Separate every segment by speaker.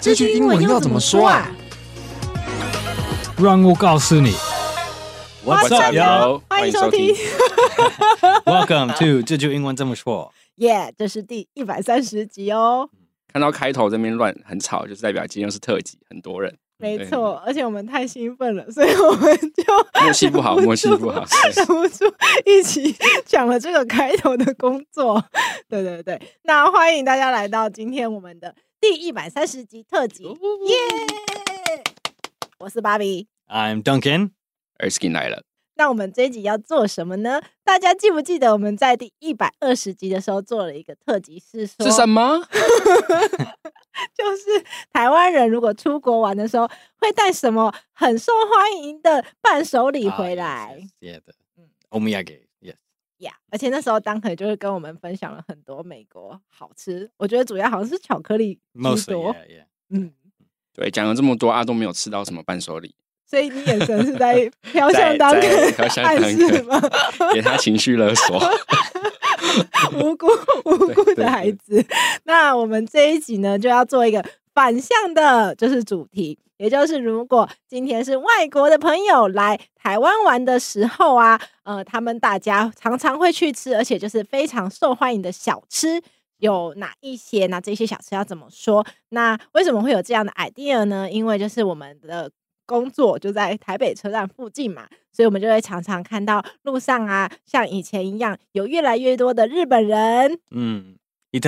Speaker 1: 这句英文要怎么说啊？
Speaker 2: 让我告诉你
Speaker 3: What's
Speaker 2: up,
Speaker 3: yo？
Speaker 1: 欢迎收听，
Speaker 2: ，Welcome to 这句英文这么说。
Speaker 1: 耶！这是第一百三十集哦，
Speaker 3: 看到开头这边乱很吵，就是代表今天是特辑，很多人
Speaker 1: 没错，而且我们太兴奋了，所以我们就
Speaker 3: 默 契不好，
Speaker 1: 忍住
Speaker 3: 默契不好。
Speaker 1: 忍不住一起 讲了这个开头的工作。对对对，那欢迎大家来到今天我们的第一百三十集特辑，耶！我是芭比，
Speaker 2: I'm Duncan，
Speaker 3: Erskin 来了，
Speaker 1: 那我们这一集要做什么呢？大家记不记得我们在第一百二十集的时候做了一个特辑，是说
Speaker 3: 是什么？
Speaker 1: 就是台湾人如果出国玩的时候会带什么很受欢迎的伴手
Speaker 2: 啊
Speaker 1: 礼回来。
Speaker 2: 也的，嗯
Speaker 1: 嗯
Speaker 2: ，Omiyage，Yes，
Speaker 1: 呀而且那时候当肯就是跟我们分享了很多美国好吃，我觉得主要好像是巧克力居
Speaker 2: mostly
Speaker 1: 多。
Speaker 2: yeah, yeah.
Speaker 1: 嗯，
Speaker 3: 对，讲了这么多啊，都没有吃到什么伴手礼，
Speaker 1: 所以你眼神是在 飘向
Speaker 3: 在
Speaker 1: 当肯
Speaker 3: 在飘向
Speaker 1: 暗
Speaker 3: 当
Speaker 1: 示
Speaker 3: 肯
Speaker 1: 吗？
Speaker 3: 给他情绪勒索。
Speaker 1: 无辜无
Speaker 3: 对
Speaker 1: 辜
Speaker 3: 对
Speaker 1: 的孩子。那我们这一集呢，就要做一个反向的，就是主题，也就是如果今天是外国的朋友来台湾玩的时候啊，呃，他们大家常常会去吃，而且就是非常受欢迎的小吃。有哪一些？那这些小吃要怎么说？那为什么会有这样的 idea 呢？因为就是我们的工作就在台北车站附近嘛，所以我们就会常常看到路上啊，像以前一样，有越来越多的日本人，
Speaker 2: 嗯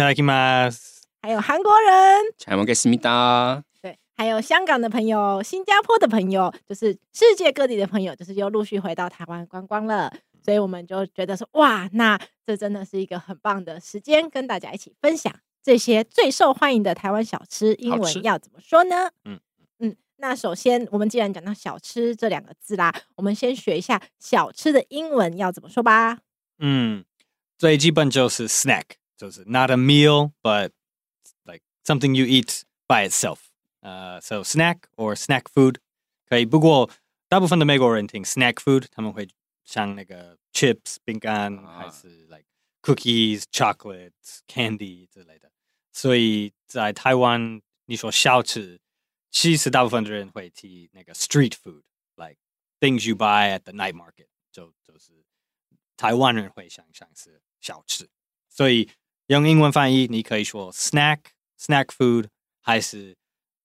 Speaker 2: ，Itadakimasu，
Speaker 1: 还有韩国人，
Speaker 3: 잘먹겠습니다。
Speaker 1: 对，还有香港的朋友、新加坡的朋友，就是世界各地的朋友，就是又陆续回到台湾观光了。所以我们就觉得说，哇，那这真的是一个很棒的时间，跟大家一起分享这些最受欢迎的台湾小吃，英
Speaker 3: 好吃
Speaker 1: 文要怎么说呢？
Speaker 2: 嗯
Speaker 1: 嗯，那首先我们既然讲到小吃这两个字啦，我们先学一下小吃的英文要怎么说吧。
Speaker 2: 嗯，最基本就是 Mm. snack，就是 not a meal but like something you eat by itself。呃，so snack or snack food 可以，不过大部分的美国人听 snack food，他们会像那个 chips 饼干，还
Speaker 3: 啊
Speaker 2: 是 like cookies、chocolate、candy 之类的。所以在台湾，你说小吃，其实大部分的人会提那个 street food，like things you buy at the night market，就就是台湾人会想象是小吃。所以用英文翻译，你可以说 snack、snack food 还是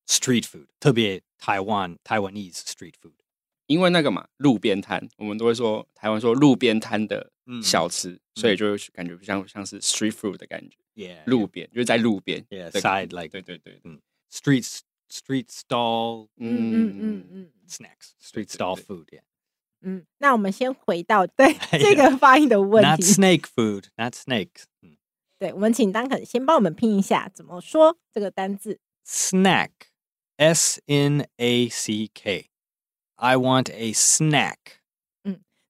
Speaker 2: street food，特别台湾 Taiwanese street food。
Speaker 3: 因为那个嘛，路边摊，我们都会说台湾说路边摊的
Speaker 2: 嗯
Speaker 3: 小吃，所以就感觉像像是 street food 的感觉，
Speaker 1: 哎
Speaker 2: Yeah，
Speaker 3: 路边就是在路边
Speaker 2: Yeah，
Speaker 3: 的
Speaker 2: side like-
Speaker 3: 对对对，
Speaker 2: street street stall
Speaker 1: 嗯嗯嗯嗯。
Speaker 2: snacks, street
Speaker 3: 对对
Speaker 2: stall
Speaker 3: 对
Speaker 2: food. Yeah.
Speaker 1: 嗯，那我们先回 到对
Speaker 2: 哎
Speaker 1: 这
Speaker 2: 呀
Speaker 1: 个发音的问
Speaker 2: Not
Speaker 1: 题。
Speaker 2: snake food, not snake. 嗯
Speaker 1: 对，我们请丹肯先帮我们拼一下怎么说这个单字。
Speaker 2: Snack. S N A C K. I want a snack.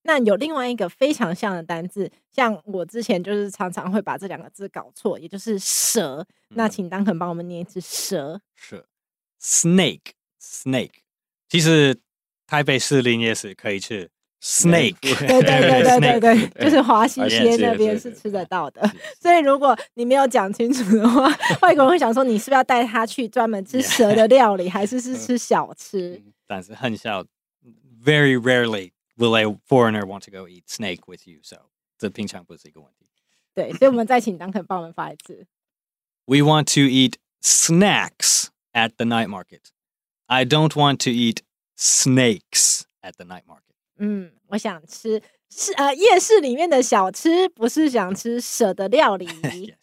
Speaker 1: 那有另外一个非常像的单字，像我之前就是常常会把这两个字搞错，也就是蛇。那
Speaker 2: 嗯
Speaker 1: 请丹肯帮我们念一 次蛇。
Speaker 2: 是 snake snake，其实台北市林夜市可以去 snake，
Speaker 1: 对对对对对对，
Speaker 3: 对
Speaker 1: 就是华西
Speaker 3: 华西
Speaker 1: 街
Speaker 3: 街
Speaker 1: 那
Speaker 3: 对
Speaker 1: 边
Speaker 3: 对
Speaker 1: 是
Speaker 3: 对
Speaker 1: 吃得
Speaker 2: 对
Speaker 1: 到的。所以如果你没有讲清楚的 话，外国人会想说你是不是要带他去专门吃蛇的料理，还是是
Speaker 2: 嗯
Speaker 1: 吃小吃？
Speaker 2: 但是很少，very rarely will a foreigner want to go eat snake with you. So 这平常不是一个问题。
Speaker 1: 对，所以我们再请丹肯帮我们发一次。
Speaker 2: We want to eat snacks at the night market. I don't want to eat snakes at the night market.
Speaker 1: 嗯，我想吃是呃夜市里面的小吃，不是想吃舍的料
Speaker 2: 哎
Speaker 1: 理。
Speaker 2: yes.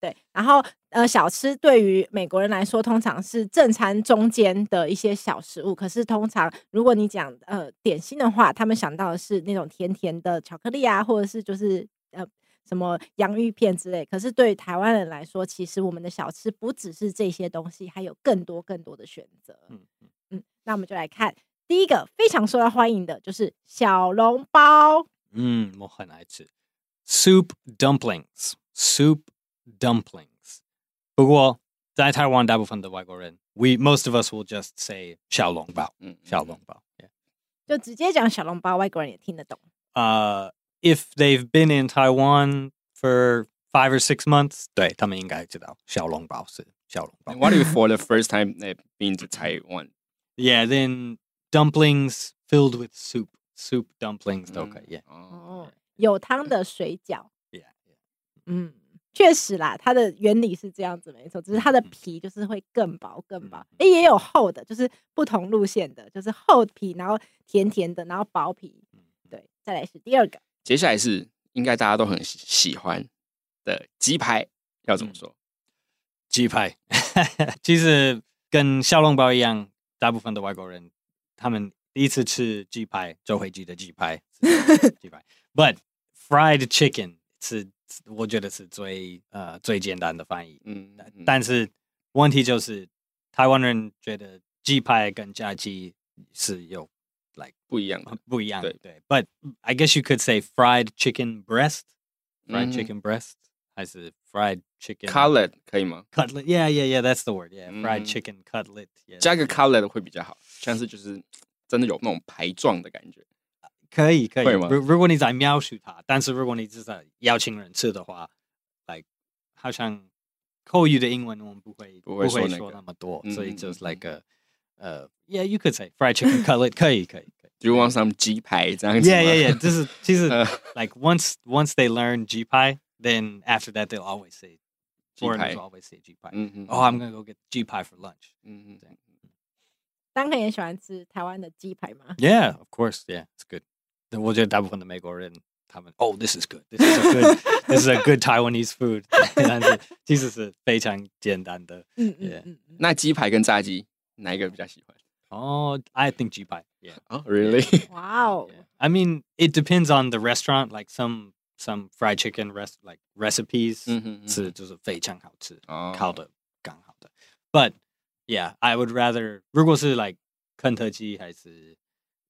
Speaker 1: 对，然后呃小吃对于美国人来说，通常是正餐中间的一些小食物。可是通常如果你讲呃点心的话，他们想到的是那种甜甜的巧克力啊，或者是就是呃。什么洋芋片之类，可是对于台湾人来说，其实我们的小吃不只是这些东西，还有更多更多的选择。
Speaker 2: 嗯嗯
Speaker 1: 嗯，那我们就来看第一个非常受到欢迎的，就是小笼包。
Speaker 2: 嗯，我很爱吃 Mmm, soup dumplings。soup dumplings。不过在台湾，大部分的外国人，we most of us will just say 小笼包，
Speaker 3: 嗯，
Speaker 2: 小笼包。Yeah.
Speaker 1: 就直接讲小笼包，外国人也听得懂。
Speaker 2: Uh, if they've been in Taiwan for five or six months，对他们应该知道小笼包是小笼包。
Speaker 3: What if for the first time they've been to Taiwan?
Speaker 2: Yeah, then dumplings filled with soup, soup dumplings. Okay,
Speaker 3: Mm-hmm.
Speaker 2: yeah,
Speaker 1: 哦，有汤的水饺，
Speaker 2: yeah,
Speaker 1: 嗯，确实啦，它的原理是这样子，没错，只是它的
Speaker 2: 嗯嗯
Speaker 1: 皮就是会更薄更薄
Speaker 2: 嗯。
Speaker 1: 诶，也有厚的，就是不同路线的，就是厚皮，然后甜甜的，然后薄皮。
Speaker 2: yeah.
Speaker 1: 对，再来是第二个，
Speaker 3: 接下来是应该大家都很喜喜欢的鸡排，要怎么
Speaker 2: 嗯
Speaker 3: 说？
Speaker 2: 鸡排， 其实跟小笼包一样，大部分的外国人他们第一次吃鸡排就会记得鸡排，是鸡 排。But fried chicken 是我觉得是最呃最简单的翻译，
Speaker 3: 嗯，嗯
Speaker 2: 但是问题就是台湾人觉得鸡排跟炸鸡是有
Speaker 3: 不一样的。
Speaker 2: 不一样，
Speaker 3: 对
Speaker 2: 对。But I guess you could say fried chicken breast, fried
Speaker 3: 嗯
Speaker 2: chicken breast 还是 fried chicken
Speaker 3: Cutlet 可以吗？
Speaker 2: Cutlet. Yeah, yeah, yeah. That's the word. Yeah, fried
Speaker 3: 嗯
Speaker 2: chicken cutlet. Yeah.
Speaker 3: 加个 cutlet 会比较好，像是就是真的有那种排状的感觉。
Speaker 2: 可以可以。
Speaker 3: 会吗
Speaker 2: 如如果你在描述它，但是如果你是在邀请人吃的话，like 好像口语的英文我们不会
Speaker 3: 不会说
Speaker 2: 说
Speaker 3: 那个
Speaker 2: 那么多，
Speaker 3: 嗯
Speaker 2: 所以
Speaker 3: 嗯
Speaker 2: 就是
Speaker 3: 嗯
Speaker 2: like a 呃、yeah, you could say fried chicken cutlet. 可以可以 可以。
Speaker 3: Do you want some 鸡排这样子吗
Speaker 2: Yeah, yeah, yeah. 这是其实
Speaker 3: 呃
Speaker 2: like once once they learn G pie, then after that they'll always say
Speaker 3: 鸡
Speaker 2: foreigners
Speaker 3: 排
Speaker 2: will。always say G pie.
Speaker 3: 嗯嗯
Speaker 2: Oh, I'm gonna go get G pie for lunch.
Speaker 3: 嗯嗯
Speaker 1: 当然也喜欢吃台湾的鸡排吗？
Speaker 2: Yeah, of course. Yeah, it's good. 我觉得大部分的美国人他们 Oh, this is good. This is a good. this is a good Taiwanese food. 但是其实是非常简单的。
Speaker 1: 嗯
Speaker 2: Yeah
Speaker 1: 嗯嗯嗯，
Speaker 3: 那鸡排跟炸鸡哪一个比较喜欢？
Speaker 2: Oh, I think G pie. Yeah.
Speaker 3: 哦，really？
Speaker 1: 哇哦
Speaker 2: Yeah.，I mean, it depends on the restaurant. Like some some fried chicken rest like recipes
Speaker 3: 嗯哼，
Speaker 2: 是就是非常好吃。
Speaker 3: 哦
Speaker 2: 烤的刚好的。But yeah, I would rather 如果是 like 肯特基还是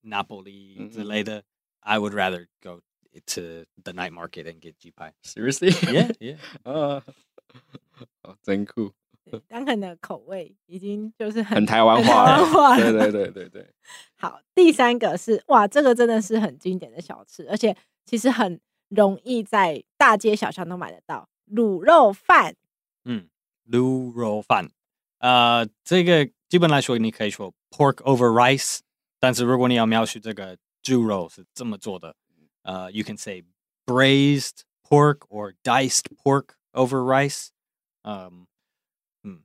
Speaker 2: 拿破
Speaker 3: 嗯
Speaker 2: 里
Speaker 3: 嗯
Speaker 2: 之类的、i would rather go to the night market and get 鸡 排。
Speaker 3: ，seriously？
Speaker 2: Yeah, yeah.
Speaker 3: 啊，哦真酷，
Speaker 1: 对当然的口味已经就是很
Speaker 3: 很台湾
Speaker 1: 很
Speaker 3: 话
Speaker 1: 台湾话
Speaker 3: 了。对
Speaker 1: 了
Speaker 3: 对对对对，
Speaker 1: 好，第三个是哇，这个真的是很经典的小吃，而且其实很容易在大街小巷都买得到卤肉饭。
Speaker 2: 嗯，卤肉饭。呃，这个基本来说你可以说 pork over rice，但是如果你要描述这个猪肉是这么做的，呃、y o u can say braised pork or diced pork over rice。嗯，嗯，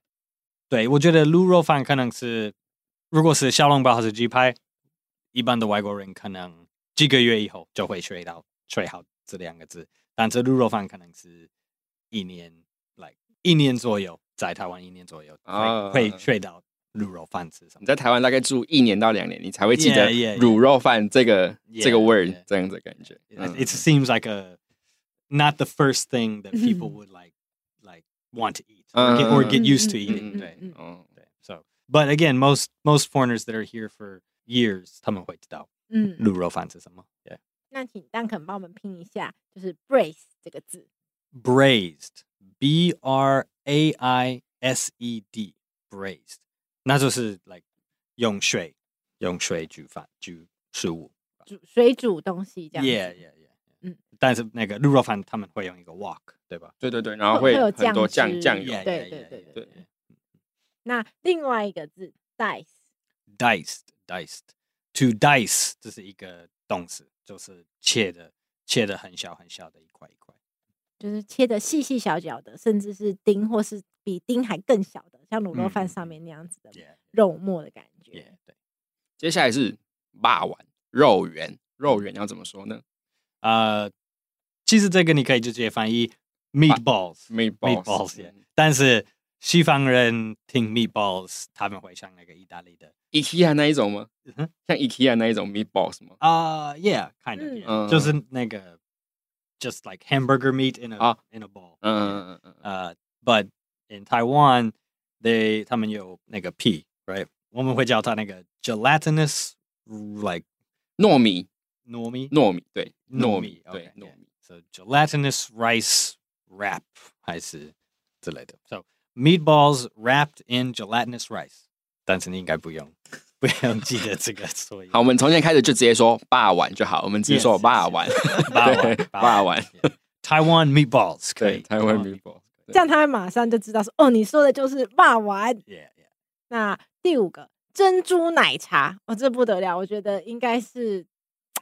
Speaker 2: 对，我觉得卤肉饭可能是，如果是小笼包还是鸡排，一般的外国人可能几个月以后就会学到学好这两个字，但是卤肉饭可能是一年，like 一年左右，在台湾一年左右会、
Speaker 3: 啊
Speaker 2: 会学到卤肉饭吃什么。
Speaker 3: 你在台湾大概住一年到两年，你才会记得
Speaker 2: Yeah, yeah, yeah.
Speaker 3: 卤肉饭这个这个
Speaker 2: Yeah,
Speaker 3: word
Speaker 2: yeah.
Speaker 3: 这样子的感觉。
Speaker 2: It,
Speaker 3: 嗯
Speaker 2: it seems like a not the first thing that people would like like want to eat or get, or
Speaker 1: Uh,
Speaker 2: get used to
Speaker 1: 嗯嗯嗯
Speaker 2: eating.
Speaker 1: 嗯嗯
Speaker 2: 对
Speaker 1: 嗯嗯
Speaker 3: 哦
Speaker 2: 对 So, but again, most most foreigners that are here for years, 他们会知道
Speaker 1: 嗯，
Speaker 2: 卤肉饭是什么。Yeah.
Speaker 1: 那请蛋肯帮我们拼一下，就是 brace 这个字。
Speaker 2: Braised, B R A I S E D, braised. 那就是 like 用水用水煮饭煮食物。
Speaker 1: 煮水煮东西这样子
Speaker 2: Yeah, yeah, yeah.
Speaker 1: 嗯。
Speaker 2: 但是那个卤肉饭他们会用一个 wok，对吧？
Speaker 3: 对对对，然后
Speaker 1: 会
Speaker 3: 会
Speaker 1: 有
Speaker 3: 很
Speaker 1: 酱
Speaker 3: 多酱
Speaker 1: 汁
Speaker 3: 酱
Speaker 2: Yeah,
Speaker 3: 油
Speaker 2: yeah,，
Speaker 1: 对
Speaker 2: yeah,
Speaker 1: 对
Speaker 2: yeah,
Speaker 1: 对
Speaker 2: yeah.
Speaker 1: 那另外一个字 dice，
Speaker 2: diced diced to dice 这是一个动词，就是切的切的很小很小的一块一块。
Speaker 1: 就是切的细细小小的，甚至是丁或是比丁还更小的，像卤肉
Speaker 2: 嗯
Speaker 1: 饭
Speaker 2: 嗯
Speaker 1: 上
Speaker 2: 嗯
Speaker 1: 面那样子的
Speaker 2: Yeah
Speaker 1: 肉末的感觉。
Speaker 2: yeah 对。
Speaker 3: 接下来是霸丸肉圆，肉圆要怎么说呢
Speaker 2: 呃，其实这个你可以直接翻译 meatballs meatballs yeah，
Speaker 3: 嗯
Speaker 2: 但是西方人听 meatballs 他们会像那个意大利的
Speaker 3: IKEA 那一种吗
Speaker 2: 嗯哼？
Speaker 3: 像 IKEA 那一种 meatballs 吗？
Speaker 2: 啊、yeah kind of
Speaker 1: 嗯
Speaker 2: yeah，、就是
Speaker 3: 嗯
Speaker 2: 那个 just like hamburger meat in a、
Speaker 3: 啊
Speaker 2: in a ball
Speaker 3: 嗯嗯嗯嗯，
Speaker 2: uh, but in Taiwan, they 他们有那个 P right，我们会叫它那个 gelatinous like
Speaker 3: 嗯糯米
Speaker 2: normy
Speaker 3: 糯米对糯米对
Speaker 2: okay,
Speaker 3: 糯
Speaker 2: yeah.
Speaker 3: 米
Speaker 2: so gelatinous rice wrap 还是之类的 so meatballs wrapped in gelatinous rice 但是你应该不用不用记得这个所以
Speaker 3: 好，我们从现在开始就直接说霸丸就好，我们直接
Speaker 2: Yes,
Speaker 3: 说
Speaker 2: yes,
Speaker 3: 霸丸
Speaker 2: yes. 霸王，
Speaker 3: 对霸
Speaker 2: 霸王
Speaker 3: 丸
Speaker 2: yeah. Taiwan meatballs
Speaker 3: 对
Speaker 2: 可以
Speaker 3: 台湾
Speaker 2: Taiwan
Speaker 3: meatballs
Speaker 1: 这样他会马上就知道说，哦，你说的就是骂丸。
Speaker 2: Yeah, yeah.
Speaker 1: 那第五个珍珠奶茶，哦，这不得了，我觉得应该是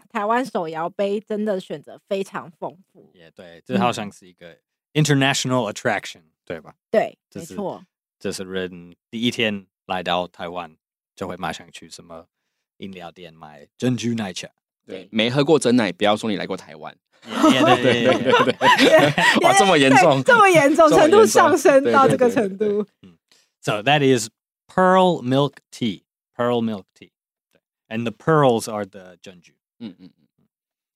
Speaker 1: 台湾手摇杯真的选择非常丰富。
Speaker 2: 也对，这好像是一个 international attraction，对吧？
Speaker 1: 对，
Speaker 2: 这
Speaker 1: 没
Speaker 2: 是
Speaker 1: 错，
Speaker 2: 这是人第一天来到台湾就会马上去什么饮料店买珍珠奶茶。
Speaker 3: 对，没喝过真奶，不要说你来过台湾。
Speaker 2: Yeah, yeah, yeah,
Speaker 3: 对对
Speaker 2: yeah, yeah.
Speaker 3: 对对，哇，这么严
Speaker 1: 对
Speaker 3: 重，
Speaker 1: 这么 严重，
Speaker 3: 这么
Speaker 1: 程度
Speaker 3: 严重
Speaker 1: 上升
Speaker 3: 对
Speaker 1: 到
Speaker 3: 对
Speaker 1: 这个
Speaker 3: 对对
Speaker 1: 程
Speaker 3: 对
Speaker 1: 度。
Speaker 2: So that is pearl milk tea. Pearl milk tea. And the pearls are the 珍珠。
Speaker 3: 嗯嗯嗯，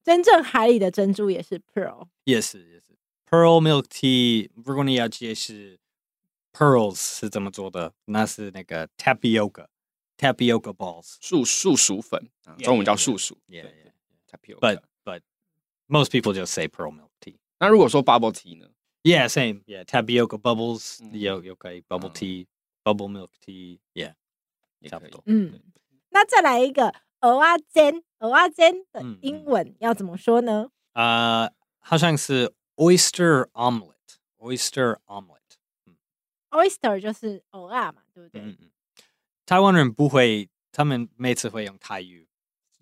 Speaker 1: 真正海里的珍珠也是 pearl，
Speaker 2: Yes, yes. Pearl milk tea，如果你要解释 pearls 是怎么做的，那是那个 tapioca tapioca balls。
Speaker 3: 素素薯粉啊，
Speaker 2: Yeah,
Speaker 3: 中文
Speaker 2: yeah,
Speaker 3: 叫
Speaker 2: yeah.
Speaker 3: 素薯。
Speaker 2: Yeah,
Speaker 3: 对
Speaker 2: yeah.
Speaker 3: 对 tapioca
Speaker 2: But but most people just say pearl milk tea.
Speaker 3: 那如果说 bubble tea 呢？
Speaker 2: Yeah, same. Yeah, tapioca bubbles,
Speaker 3: 嗯
Speaker 2: yo yo okay, bubble
Speaker 3: 嗯
Speaker 2: tea, bubble milk tea. Yeah,
Speaker 3: 也
Speaker 2: 差
Speaker 3: 可
Speaker 2: 不
Speaker 3: 以
Speaker 2: 多。
Speaker 1: 嗯，那再来一个蚵仔煎，蚵仔煎的
Speaker 2: 嗯
Speaker 1: 英
Speaker 2: 嗯
Speaker 1: 文要怎么说呢？
Speaker 2: 呃，好像是 Uh, oyster omelet. Oyster omelet.
Speaker 1: oyster 就是蚵仔嘛，对不对？
Speaker 2: 嗯嗯，台湾人不会，他们每次会用台语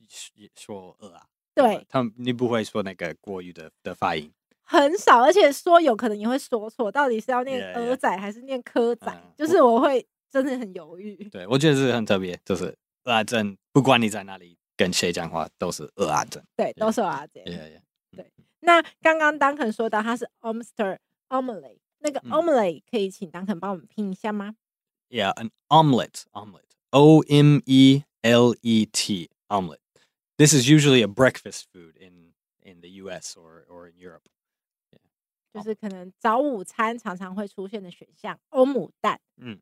Speaker 2: 说说呃啊，吧
Speaker 1: 对，
Speaker 2: 他们你不会说那个国语的的发音，
Speaker 1: 很少，而且说有可能也会说错，到底是要念
Speaker 2: Yeah, yeah.
Speaker 1: 蚵仔还是念蚵仔
Speaker 2: 嗯
Speaker 1: 就是我会真的很犹豫。
Speaker 2: 对我觉得是很特别，就是呃啊症，不管你在哪里跟谁讲话，都是呃啊症。
Speaker 1: 对，
Speaker 2: Yeah.
Speaker 1: 都是蚵仔煎。
Speaker 2: Yeah, yeah.
Speaker 1: 那刚刚 Duncan 说到它是 oyster omelette，那个
Speaker 2: 嗯
Speaker 1: omelette 可以请 Duncan 帮我们拼一下吗？
Speaker 2: Yeah, an omelet, omelet. O M E L E T, omelet. This is usually a breakfast food in in the US or or in Europe.
Speaker 1: 就是可能早午餐常常会出现的选项，欧姆蛋。
Speaker 2: 嗯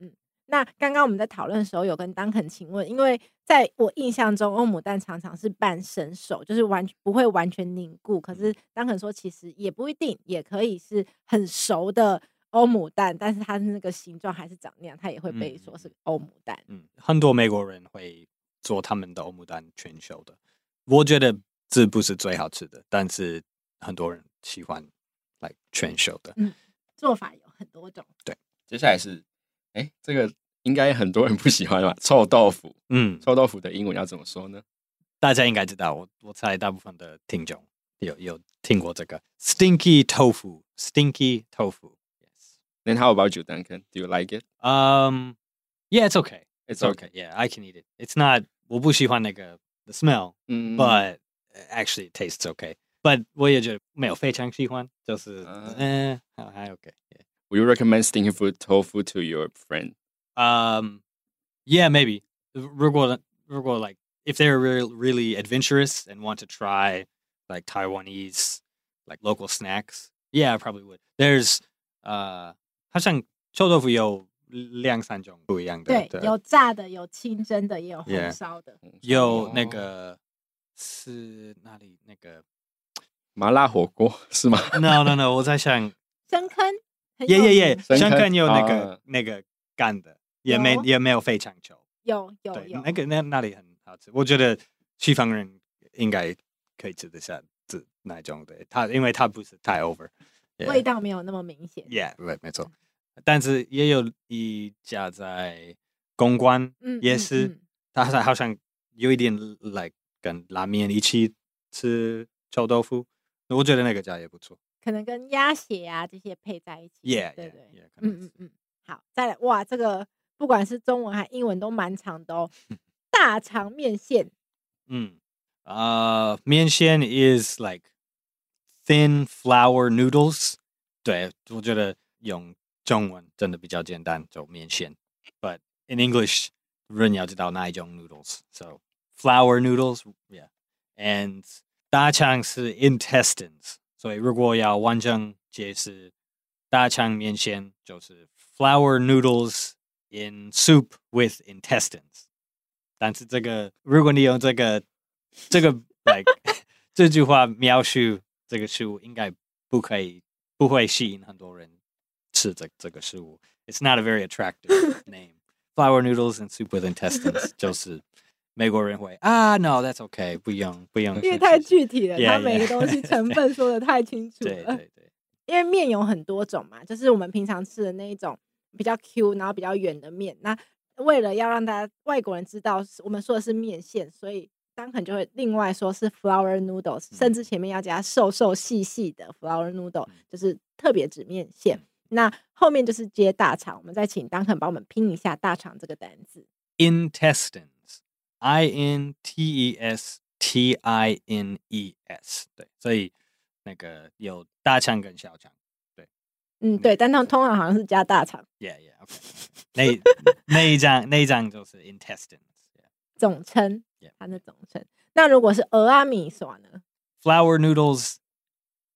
Speaker 2: 嗯，
Speaker 1: 那刚刚我们在讨论的时候，有跟 Duncan 请问，因为在我印象中，欧姆蛋常常是半生熟，就是完不会完全凝固。可
Speaker 2: 嗯
Speaker 1: 是 Duncan 说，其实也不一定，也可以是很熟的欧姆蛋，但是它那个形状还是长那样，它也会被
Speaker 2: 嗯
Speaker 1: 说
Speaker 2: 嗯
Speaker 1: 是欧姆蛋。
Speaker 2: 嗯，很多美国人会做他们的欧姆蛋全熟的，我觉得这不是最好吃的，但是很多人喜欢 like 全熟的。
Speaker 1: 做法有很多种，
Speaker 3: 接下来是，哎，这个应该很多人不喜欢吧？ 臭豆腐，
Speaker 2: 嗯，
Speaker 3: 臭豆腐的英文要怎么说呢？
Speaker 2: 大家应该知道，我我猜大部分的听众有有听过这个 stinky tofu，stinky tofu。Yes.
Speaker 3: Then how about you, Duncan? Do you like it?
Speaker 2: Um. Yeah, it's okay. It's
Speaker 3: It's
Speaker 2: okay. Yeah, I can eat it. It's not. 我不喜欢那个 uh, the smell,
Speaker 1: Mm-hmm.
Speaker 3: 嗯
Speaker 2: but uh, actually it tastes okay. But 我也觉得没有非常喜欢，就是
Speaker 3: 啊
Speaker 1: Uh.
Speaker 2: 嗯、呃，还 OK。Yeah.
Speaker 3: Will you recommend stinky food tofu to your friend?
Speaker 2: Um, yeah, maybe. We're going. We're going like if they're really, really adventurous and want to try like Taiwanese like local snacks. Yeah, I probably would. There's uh, 好像臭豆腐有两三种不一样的，
Speaker 1: 对，
Speaker 2: 的
Speaker 1: 有炸的，有清蒸的，也有红
Speaker 2: Yeah
Speaker 1: 烧的。
Speaker 3: 哦
Speaker 2: 有那个是哪里那个
Speaker 3: 麻辣火锅是吗？
Speaker 2: ？No No No，我在想，
Speaker 1: 深坑，很
Speaker 2: 耶
Speaker 1: 有
Speaker 2: 耶
Speaker 1: 名
Speaker 2: 耶，
Speaker 3: 深
Speaker 2: 香
Speaker 3: 坑
Speaker 2: 港有那
Speaker 3: 啊
Speaker 2: 个那个干的，也没
Speaker 1: 有
Speaker 2: 也没有非常球。
Speaker 1: 有有
Speaker 2: 对
Speaker 1: 有，，
Speaker 2: 那个那那里很好吃，我觉得西方人应该可以吃得下这那种的，它因为它不是太 over，
Speaker 1: 味道没有那么明显。
Speaker 2: ，yeah，对，没错。但是也有一家在公关，
Speaker 1: 嗯
Speaker 2: 也
Speaker 1: 嗯
Speaker 2: 是
Speaker 1: 嗯
Speaker 2: 它好像好像有一点 like 跟拉面一起吃臭豆腐，我觉得那个家也不错
Speaker 1: 可能跟鸭血啊这些配在一起。
Speaker 2: ，yeah，
Speaker 1: 对不
Speaker 2: yeah，
Speaker 1: 对
Speaker 2: yeah，可能
Speaker 1: 嗯
Speaker 2: 是
Speaker 1: 嗯嗯，好，再来哇，这个不管是中文还英文都蛮长的 哦。大肠面线，
Speaker 2: Mm. Uh, mianxian is like thin flour noodles. 对，我觉得用中文真的比较简单，就面线。But in English, 人要知道哪一种 noodles. So flour noodles, yeah. And 大肠是 intestines. 所以如果要完整解释，大肠面线就是 flour noodles in soup with intestines. 但是这个，如果你用这个这个 like 这句话描述这个食物，应该不可以不会吸引很多人吃这这个食物。It's not a very attractive name. Flour noodles and soup with intestines 就是美国人会啊，no Ah, that's okay，不用不用去吃，
Speaker 1: 因为太具体了，
Speaker 2: Yeah,
Speaker 1: 它每个
Speaker 2: yeah.
Speaker 1: 东西成分说的太清楚
Speaker 2: 对
Speaker 1: 了。
Speaker 2: 对对，
Speaker 1: 因为面有很多种嘛，就是我们平常吃的那一种比较 Q，然后比较圆的面。那为了要让大家外国人知道是我们说的是面线，所以当肯就会另外说是 flour noodles，甚至前面要加瘦瘦细细的 flour noodle，就是特别指面线。那后面就是接大肠，我们再请当肯帮我们拼一下大肠这个单字。
Speaker 2: intestines. I N T E S T I N E S. 对，所以那个有大肠跟小肠。Yeah,
Speaker 1: 嗯，对，但通通常好像是加大肠。
Speaker 2: yeah, okay. 那-那一张-那一张就是 intestines. Yeah.
Speaker 1: 总称
Speaker 2: Yeah.，
Speaker 1: 它的总称。那如果是俄阿米索呢？
Speaker 2: Flour noodles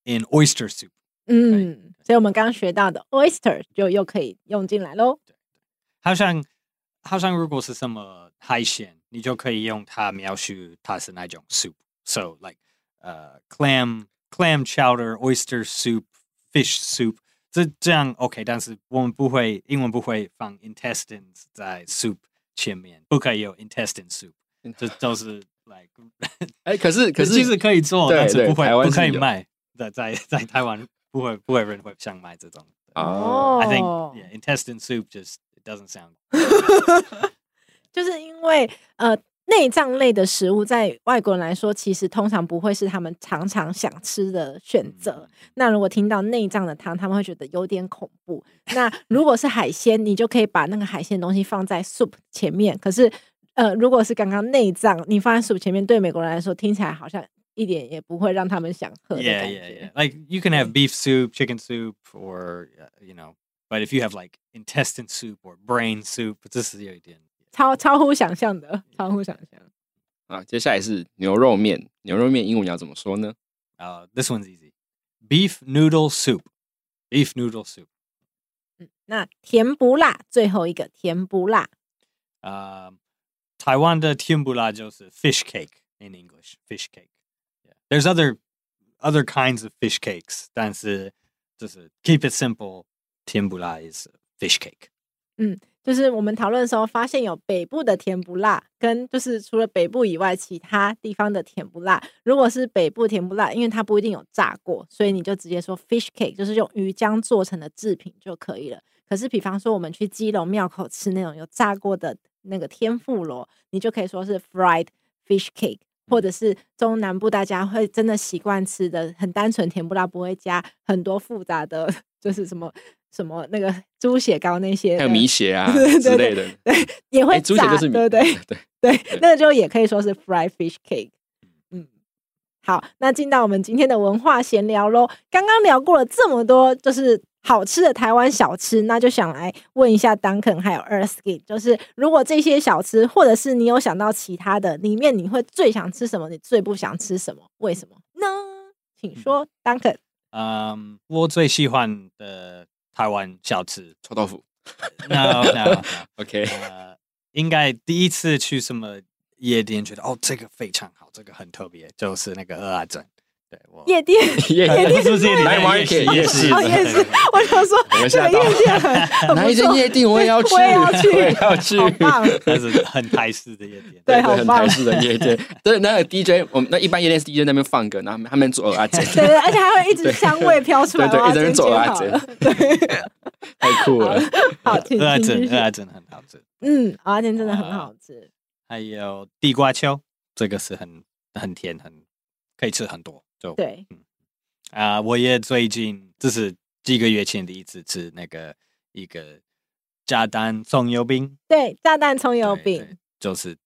Speaker 2: in oyster soup.
Speaker 1: 嗯，所以我们刚刚学到的 oyster 就又可以用进来喽。
Speaker 2: 好像好像如果是什么海鲜，你就可以用它描述它是那种 soup. So like uh clam clam chowder, oyster soup, fish soup. 这这样 OK，但是我们不会英文不会放 intestines 在 soup 前面，不可以有 intestine soup。这都是 like
Speaker 3: 哎，可是可是对，对，台湾是有。
Speaker 2: 其实可以做，但是不会不可以卖。在在在台湾不会不会有人会想买这种。
Speaker 3: 哦，
Speaker 2: I think
Speaker 1: 哦
Speaker 2: yeah, intestine soup just it doesn't sound
Speaker 1: 就是因为呃，内脏类的食物在外国人来说，其实通常不会是他们常常想吃的选
Speaker 2: Mm-hmm.
Speaker 1: 择。
Speaker 2: 嗯
Speaker 1: 那如果听到内脏的汤，他们会觉得有点恐怖。那如果是海鲜，你就可以把那个海鲜的东西放在 soup 前面。可是，呃，如果是刚刚内脏，你放在 soup 前面，对美国人来说听起来好像一点也不会让他们想喝的
Speaker 2: yeah,
Speaker 1: 感
Speaker 2: yeah, yeah.
Speaker 1: 觉。
Speaker 2: Like you can
Speaker 1: Mm.
Speaker 2: have beef soup, chicken soup, or uh, you know, but if you have like intestine soup or brain soup, this is the idea.
Speaker 1: 超超乎想象的，超乎想象。
Speaker 3: 啊，接下来是牛肉面，牛肉面英文要怎么说呢？
Speaker 2: Uh, this one's easy. Beef noodle soup. Beef noodle soup.
Speaker 1: 嗯，那甜不辣最后一个甜不辣，
Speaker 2: Um, Taiwan de timbula is fish cake in English. Fish cake. Yeah. There's other other kinds of fish cakes. 但是, just keep it simple. Timbula is fish cake.
Speaker 1: 就是我们讨论的时候发现有北部的甜不辣，跟就是除了北部以外其他地方的甜不辣。如果是北部甜不辣，因为它不一定有炸过，所以你就直接说 fish cake，就是用鱼浆做成的制品就可以了。可是，比方说我们去基隆庙口吃那种有炸过的那个天妇罗，你就可以说是 fried fish cake，或
Speaker 3: 嗯
Speaker 1: 者是中南部大家会真的习惯吃的很单纯甜不辣，不会加很多复杂的， 就是什么什么那个猪血糕那些的，
Speaker 3: 还有米血啊
Speaker 1: 对对
Speaker 3: 之类的，
Speaker 1: 对， 也会
Speaker 3: 哎，猪血
Speaker 1: 炸，
Speaker 3: 就是米，
Speaker 1: 对不对？
Speaker 3: 对，
Speaker 1: 对
Speaker 3: 对，
Speaker 1: 那就也可以说是 fried fish cake。嗯，好，那进到我们今天的文化闲聊喽。刚刚聊过了这么多，就是好吃的台湾小吃，那就想来问一下 Duncan 还有 Erskine，就是如果这些小吃，或者是你有想到其他的，里面你会最想吃什么？你最不想吃什么？为什么呢？
Speaker 3: 嗯
Speaker 1: 请说，Duncan。
Speaker 2: Um, 我最喜欢的台湾小吃。
Speaker 3: 臭豆腐
Speaker 2: No, no, no.
Speaker 3: ，OK，
Speaker 2: 呃，应该第一次去什么夜店，觉得哦，这个非常好，这个很特别，就是那个二阿珍。对我
Speaker 1: 夜店，
Speaker 3: 夜
Speaker 2: 呃
Speaker 3: 店
Speaker 2: 不是不是夜店，
Speaker 3: Night
Speaker 2: 店
Speaker 3: market，
Speaker 2: 夜
Speaker 3: 夜市
Speaker 2: 市，
Speaker 1: 哦，夜市， 我想说这
Speaker 3: 我，吓
Speaker 1: 个
Speaker 3: 到
Speaker 1: 夜店很很
Speaker 3: 哪
Speaker 1: 不
Speaker 3: 一间
Speaker 1: 错。
Speaker 3: 夜店我也要去，
Speaker 1: 我也要去
Speaker 3: 我 也要 去，
Speaker 1: 好棒
Speaker 2: 但是很台式的夜店。
Speaker 1: 对
Speaker 3: 对，
Speaker 1: 好
Speaker 3: 很
Speaker 1: 棒
Speaker 3: 台式的夜店。对，那个 DJ，我们那一般夜店是 DJ 在那边放歌，然后他们做阿姐，
Speaker 1: 对对，而且还会一直
Speaker 3: 对
Speaker 1: 香味飘出来，
Speaker 3: 对对
Speaker 1: 我要
Speaker 3: 一直
Speaker 1: 先
Speaker 3: 走
Speaker 1: 煎
Speaker 3: 啊
Speaker 1: 好
Speaker 3: 这
Speaker 1: 了。对，
Speaker 3: 太酷了。
Speaker 1: 好，请
Speaker 2: 二阿
Speaker 1: 请继
Speaker 2: 珍，
Speaker 1: 续
Speaker 2: 二。阿珍很好吃。
Speaker 1: 嗯，蚵仔煎真的很好吃。
Speaker 2: 还有地瓜球，这个是很很甜，很可以吃很多。就
Speaker 1: 对，
Speaker 2: 啊、我也最近这是几个月前第一次吃那个一个炸弹葱油饼。
Speaker 1: 对，炸弹葱油
Speaker 2: 对对
Speaker 1: 饼，
Speaker 2: 就是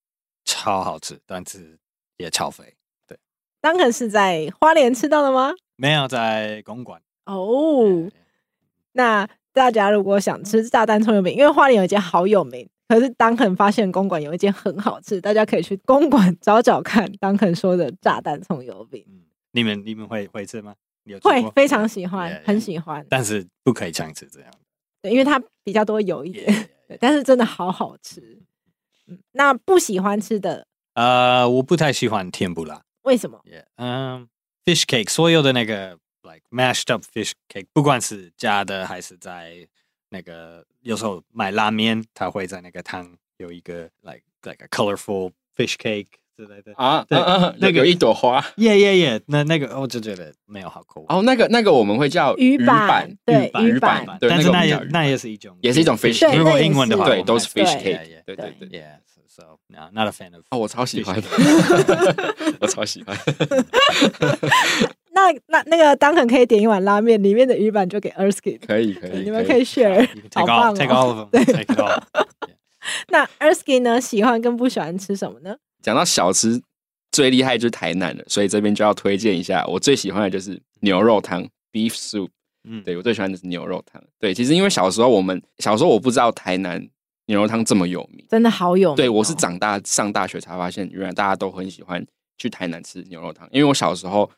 Speaker 2: 超好吃，但是也超肥。
Speaker 1: 当肯是在花莲吃到的吗？
Speaker 2: 没有在公馆
Speaker 1: 哦
Speaker 2: 对，
Speaker 1: 那大家如果想吃炸弹葱油饼，因为花莲有一间好有名，可是当肯发现公馆有一间很好吃，大家可以去公馆 找找看。当肯说的炸弹葱油饼，
Speaker 2: 嗯，你们你们会会吃吗？你有吃
Speaker 1: 会
Speaker 2: 过
Speaker 1: 非常喜欢
Speaker 2: Yeah,，
Speaker 1: 很
Speaker 2: yeah
Speaker 1: 喜欢，
Speaker 2: 但是不可以这样吃，这样。
Speaker 1: 对，因为它比较多油一点
Speaker 2: Yeah, yeah, yeah.
Speaker 1: 对但是真的好好吃。嗯，那不喜欢吃的
Speaker 2: 呃，我不太喜欢甜不辣。
Speaker 1: 为什么？
Speaker 2: Yeah，嗯、f i s h cake 所有的那个 like mashed up fish cake，不管是加的还是在那个，有时候买拉面，它会在那个汤有一个 like like a colorful fish cake 之类的。
Speaker 3: 啊，
Speaker 2: 对
Speaker 3: 啊啊
Speaker 2: 那
Speaker 3: 那
Speaker 2: 个
Speaker 3: 个有一朵花。
Speaker 2: 耶耶耶！那那个我就觉得没有好口味。
Speaker 3: 哦，那个那个我们会叫
Speaker 1: 鱼
Speaker 3: 板，
Speaker 1: 板对
Speaker 2: 鱼
Speaker 1: 鱼
Speaker 3: 板
Speaker 1: 板
Speaker 3: 对
Speaker 2: 但
Speaker 3: 那
Speaker 2: 是
Speaker 3: 个我
Speaker 2: 那
Speaker 3: 们
Speaker 2: 也
Speaker 3: 叫鱼
Speaker 2: 那
Speaker 3: 板
Speaker 2: 也是一种，
Speaker 3: 也是一种 fish
Speaker 1: cake
Speaker 2: 如果
Speaker 1: 对
Speaker 2: 英文的话，
Speaker 1: 那也
Speaker 3: 对，
Speaker 1: 是
Speaker 3: 都是
Speaker 1: 对 yeah,
Speaker 3: fish cake，对对
Speaker 1: 对
Speaker 3: 对。
Speaker 2: Yeah, so- so no, not a fan of.
Speaker 3: 哦，我超喜欢
Speaker 2: fish，
Speaker 3: 我超喜欢。
Speaker 1: 那那那个当肯可以点一碗拉面，里面的鱼板就给 Erskine，
Speaker 3: 可以可以，
Speaker 1: 你们
Speaker 3: 可
Speaker 1: 可以 share，
Speaker 2: You can take
Speaker 1: 好棒
Speaker 2: all, take
Speaker 1: 哦。
Speaker 2: all of them, take it all.
Speaker 1: 那 Erskine 呢，喜欢跟不喜欢吃什么呢？
Speaker 3: 讲到小吃最厉害就是台南了，所以这边就要推荐一下，我最喜欢的就是牛肉汤 （beef soup）。
Speaker 2: 嗯，
Speaker 3: 对我最喜欢的是牛肉汤。对，其实因为小时候我们小时候我不知道台南牛肉汤这么有名，
Speaker 1: 真的好有名哦、
Speaker 3: 对我是长大上大学才发现，原来大家都很喜欢去台南吃牛肉汤。因为我小时候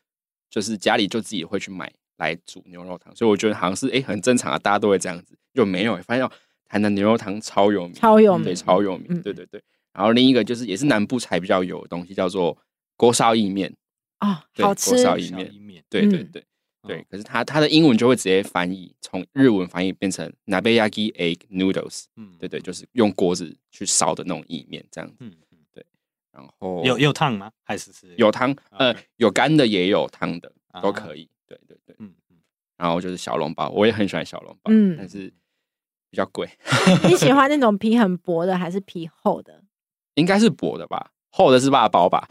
Speaker 3: 就是家里就自己会去买来煮牛肉汤，所以我觉得好像是哎、诶很正常啊，大家都会这样子。就没有、发现哦，台南牛肉汤超有名，
Speaker 1: 超有
Speaker 3: 对，
Speaker 1: 名，
Speaker 3: 超有名，
Speaker 1: 嗯
Speaker 3: 对对对。然后另一个就是也是南部才比较有的东西，叫做锅烧意面，
Speaker 1: 哦，
Speaker 3: 对
Speaker 1: 好
Speaker 3: 锅
Speaker 1: 吃，
Speaker 3: 烧意
Speaker 2: 小
Speaker 3: 面
Speaker 2: 意面，
Speaker 3: 对对
Speaker 1: 嗯
Speaker 3: 对。对，可是它它的英文就会直接翻译，从日文翻译变成 nabayaki egg noodles，
Speaker 2: 嗯，
Speaker 3: 对对，就是用锅子去烧的那种意面这样子。
Speaker 2: 嗯，嗯
Speaker 3: 然后
Speaker 2: 有有烫吗？还是是
Speaker 3: 有汤，呃
Speaker 2: OK，
Speaker 3: 有干的也有汤的，都
Speaker 2: 以。
Speaker 3: 可以。对对对，
Speaker 2: 嗯嗯
Speaker 3: 然后就是小笼包，我也很喜欢小笼包，
Speaker 1: 嗯
Speaker 3: 但是比较贵，
Speaker 1: 你喜欢那种皮很薄的还是皮厚 的？
Speaker 3: 应该是薄的吧，厚的是辣包吧？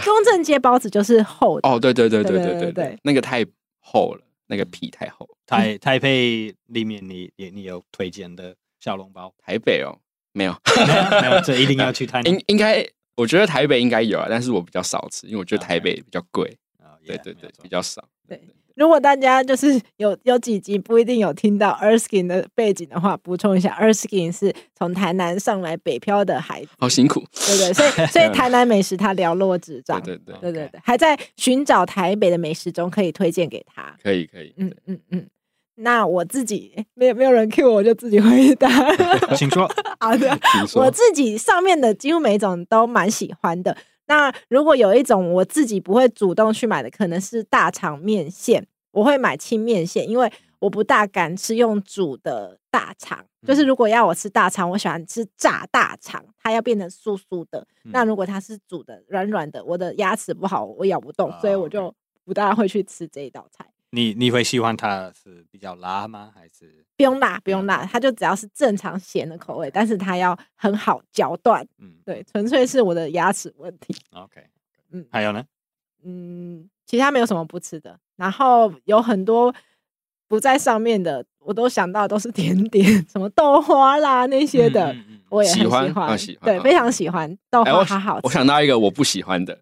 Speaker 1: 中正街包子就是厚的，
Speaker 3: 哦，对对对
Speaker 1: 对
Speaker 3: 对
Speaker 1: 对
Speaker 3: 对
Speaker 1: 对对
Speaker 3: 对对，那个太厚了，那个皮太厚。？
Speaker 2: 台台北里面你，你你有推荐的小笼包
Speaker 3: 台北哦，没有，
Speaker 2: 没有，没有，这一定要去台南
Speaker 3: 应。应该我觉得台北应该有啊，但是我比较少吃，因为我觉得
Speaker 2: OK
Speaker 3: 台北比较贵。
Speaker 2: 哦
Speaker 3: 对
Speaker 2: yeah，
Speaker 3: 对
Speaker 2: 没有
Speaker 3: 对，
Speaker 2: 错
Speaker 3: 比较少。
Speaker 1: 对如果大家就是有有几集不一定有听到 Erskine 的背景的话，补充一下，Erskine 是从台南上来北漂的孩子，
Speaker 3: 好辛苦。
Speaker 1: 对不对？所 以所以台南美食他寥落指掌
Speaker 3: 对，对对，
Speaker 1: 对对
Speaker 2: OK
Speaker 1: 对，还在寻找台北的美食中可以推荐给他。
Speaker 3: 可以可以。
Speaker 1: 嗯嗯嗯，那我自己诶没有没有人 Q 我，我就自己回答。
Speaker 2: 请说。
Speaker 1: 好的，
Speaker 3: 听
Speaker 1: 我
Speaker 3: 说
Speaker 1: 自己上面的几乎每一种都蛮喜欢的。那如果有一种我自己不会主动去买的，可能是大肠面线，我会买清面线，因为我不大敢吃用煮的大肠。就是
Speaker 2: 嗯
Speaker 1: 如果要我吃大肠，我喜欢吃炸大肠，它要变成酥酥的。那
Speaker 2: 嗯
Speaker 1: 如果它是煮的软软的，我的牙齿不好，我咬不动，所以
Speaker 2: 啊
Speaker 1: 我
Speaker 2: ，OK
Speaker 1: 就不大会去吃这一道菜。
Speaker 2: 你你会喜欢它是比较辣吗？还是
Speaker 1: 不用辣，不用辣，它就只要是正常咸的口味，但是它要很好嚼断。
Speaker 2: 嗯
Speaker 1: 对，纯粹是我的牙齿问题。
Speaker 2: ，OK，
Speaker 1: 嗯
Speaker 2: 还有呢？
Speaker 1: 嗯，其他没有什么不吃的。然后有很多不在上面的，我都想到都是 甜点，什么豆花啦那些的，
Speaker 2: 嗯，嗯嗯
Speaker 1: 我也很
Speaker 3: 喜欢
Speaker 1: 喜
Speaker 3: 啊喜欢
Speaker 1: 对，
Speaker 3: 啊
Speaker 1: 非常喜欢豆
Speaker 3: 哎
Speaker 1: 花，
Speaker 3: 我
Speaker 1: 好好吃。
Speaker 3: 我想到一个我不喜欢的，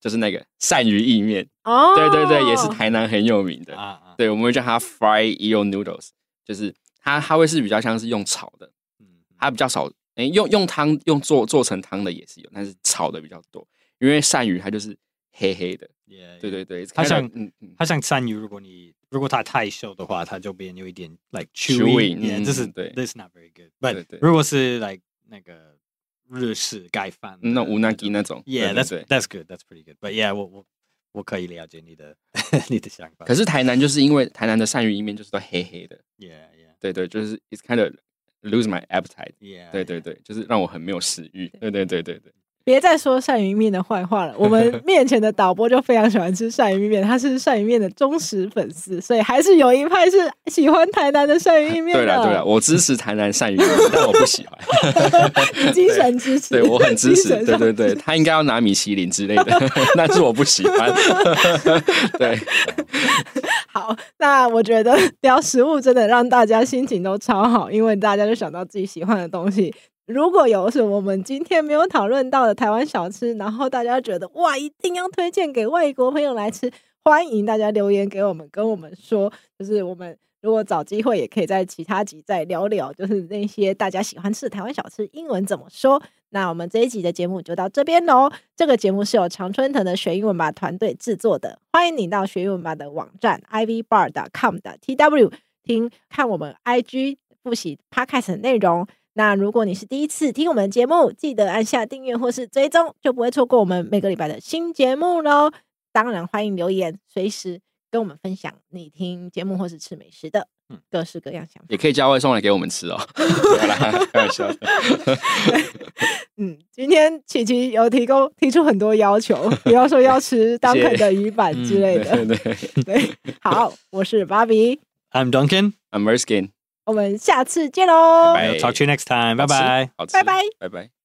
Speaker 3: 就是那个鳝鱼意面。
Speaker 1: 哦，
Speaker 3: 对对对，也是台南很有名
Speaker 2: 嗯
Speaker 3: 的。
Speaker 2: 啊啊，
Speaker 3: 对，我们会叫它 fried eel noodles，就是它它会是比较像是用炒的，
Speaker 2: 嗯，
Speaker 3: 它比较少，哎、用用汤用做做成汤的也是有，但是炒的比较多。因为鳝鱼它就是黑黑的，
Speaker 2: 也
Speaker 3: 对对对，
Speaker 2: 它
Speaker 3: 看到
Speaker 2: 像
Speaker 3: 嗯嗯，
Speaker 2: 它像鳝鱼，如果你如果它太瘦的话，它就变有一点 like
Speaker 3: Chewy，
Speaker 2: yeah, 这是
Speaker 3: 嗯对
Speaker 2: this is not very good。But
Speaker 3: 对对
Speaker 2: 如果是 like 那个日式盖饭的，
Speaker 3: 那无奈吉那种，
Speaker 2: 嗯 Yeah,
Speaker 3: 对
Speaker 2: that's
Speaker 3: 对对。
Speaker 2: that's good. That's pretty good. But yeah, 我我我可以了解你的 你的想法。
Speaker 3: 可是台南就是因为台南的鳝鱼意面就是都黑黑的，
Speaker 2: yeah, yeah,
Speaker 3: 对对，就是 it's kind of lose my appetite，
Speaker 2: yeah.
Speaker 3: 对对对，就是让我很没有食欲，对对对对对，
Speaker 1: 别再说鳝鱼面的坏话了。我 们面前的导播就非常喜欢吃鳝鱼面，他是鳏鱼面的忠实粉丝，所以还是有一派是喜欢台南的鳏鱼面的。
Speaker 3: 对啦对啦，我支持台南鳝鱼意面，但我不喜欢，
Speaker 1: 你精神支持，
Speaker 3: 对我很支
Speaker 1: 精
Speaker 3: 持
Speaker 1: 神，
Speaker 3: 对
Speaker 1: 上
Speaker 3: 对对，他应该要拿米其林之类的， 但是我不喜欢， 对，
Speaker 1: 好，那我觉得 聊食物真的让大家心情都超好，因为大家就想到自己喜欢的东西。如果有什么我们今天没有讨论到的台湾小吃，然后大家觉得哇，一定要推荐给外国朋友来吃，欢迎大家留言给我们，跟我们说，就是我们。如果找机会，也可以在其他集再聊聊，就是那些大家喜欢吃的台湾小吃，英文怎么说？那我们这一集的节目就到这边喽。这个节目是由常春藤的学英文吧团队制作的，欢迎你到学英文吧的网站 ivbar.com 的 tw 听看我们 IG 复习 podcast 的内容。那如果你是第一次听我们的节目，记得按下订阅或是追踪，就不会错过我们每个礼拜的新节目喽。当然，欢迎留言，随时跟我们分享你听节目或是吃美食的各式各样想法
Speaker 3: 也。可以叫外送来给我们吃哦。 没有啦开玩笑的。
Speaker 1: 嗯，今天琪琪有提供提出很多要求，比方说要吃当肯的鱼板之类的。
Speaker 3: 对对嗯对
Speaker 1: 对，好，我是芭比，
Speaker 2: I'm Duncan.
Speaker 3: ，I'm Merskin，
Speaker 1: 我们下次见喽，
Speaker 3: 拜
Speaker 2: I'll talk to you next time. Bye bye.
Speaker 3: 好吃，
Speaker 1: 拜拜
Speaker 3: 拜拜。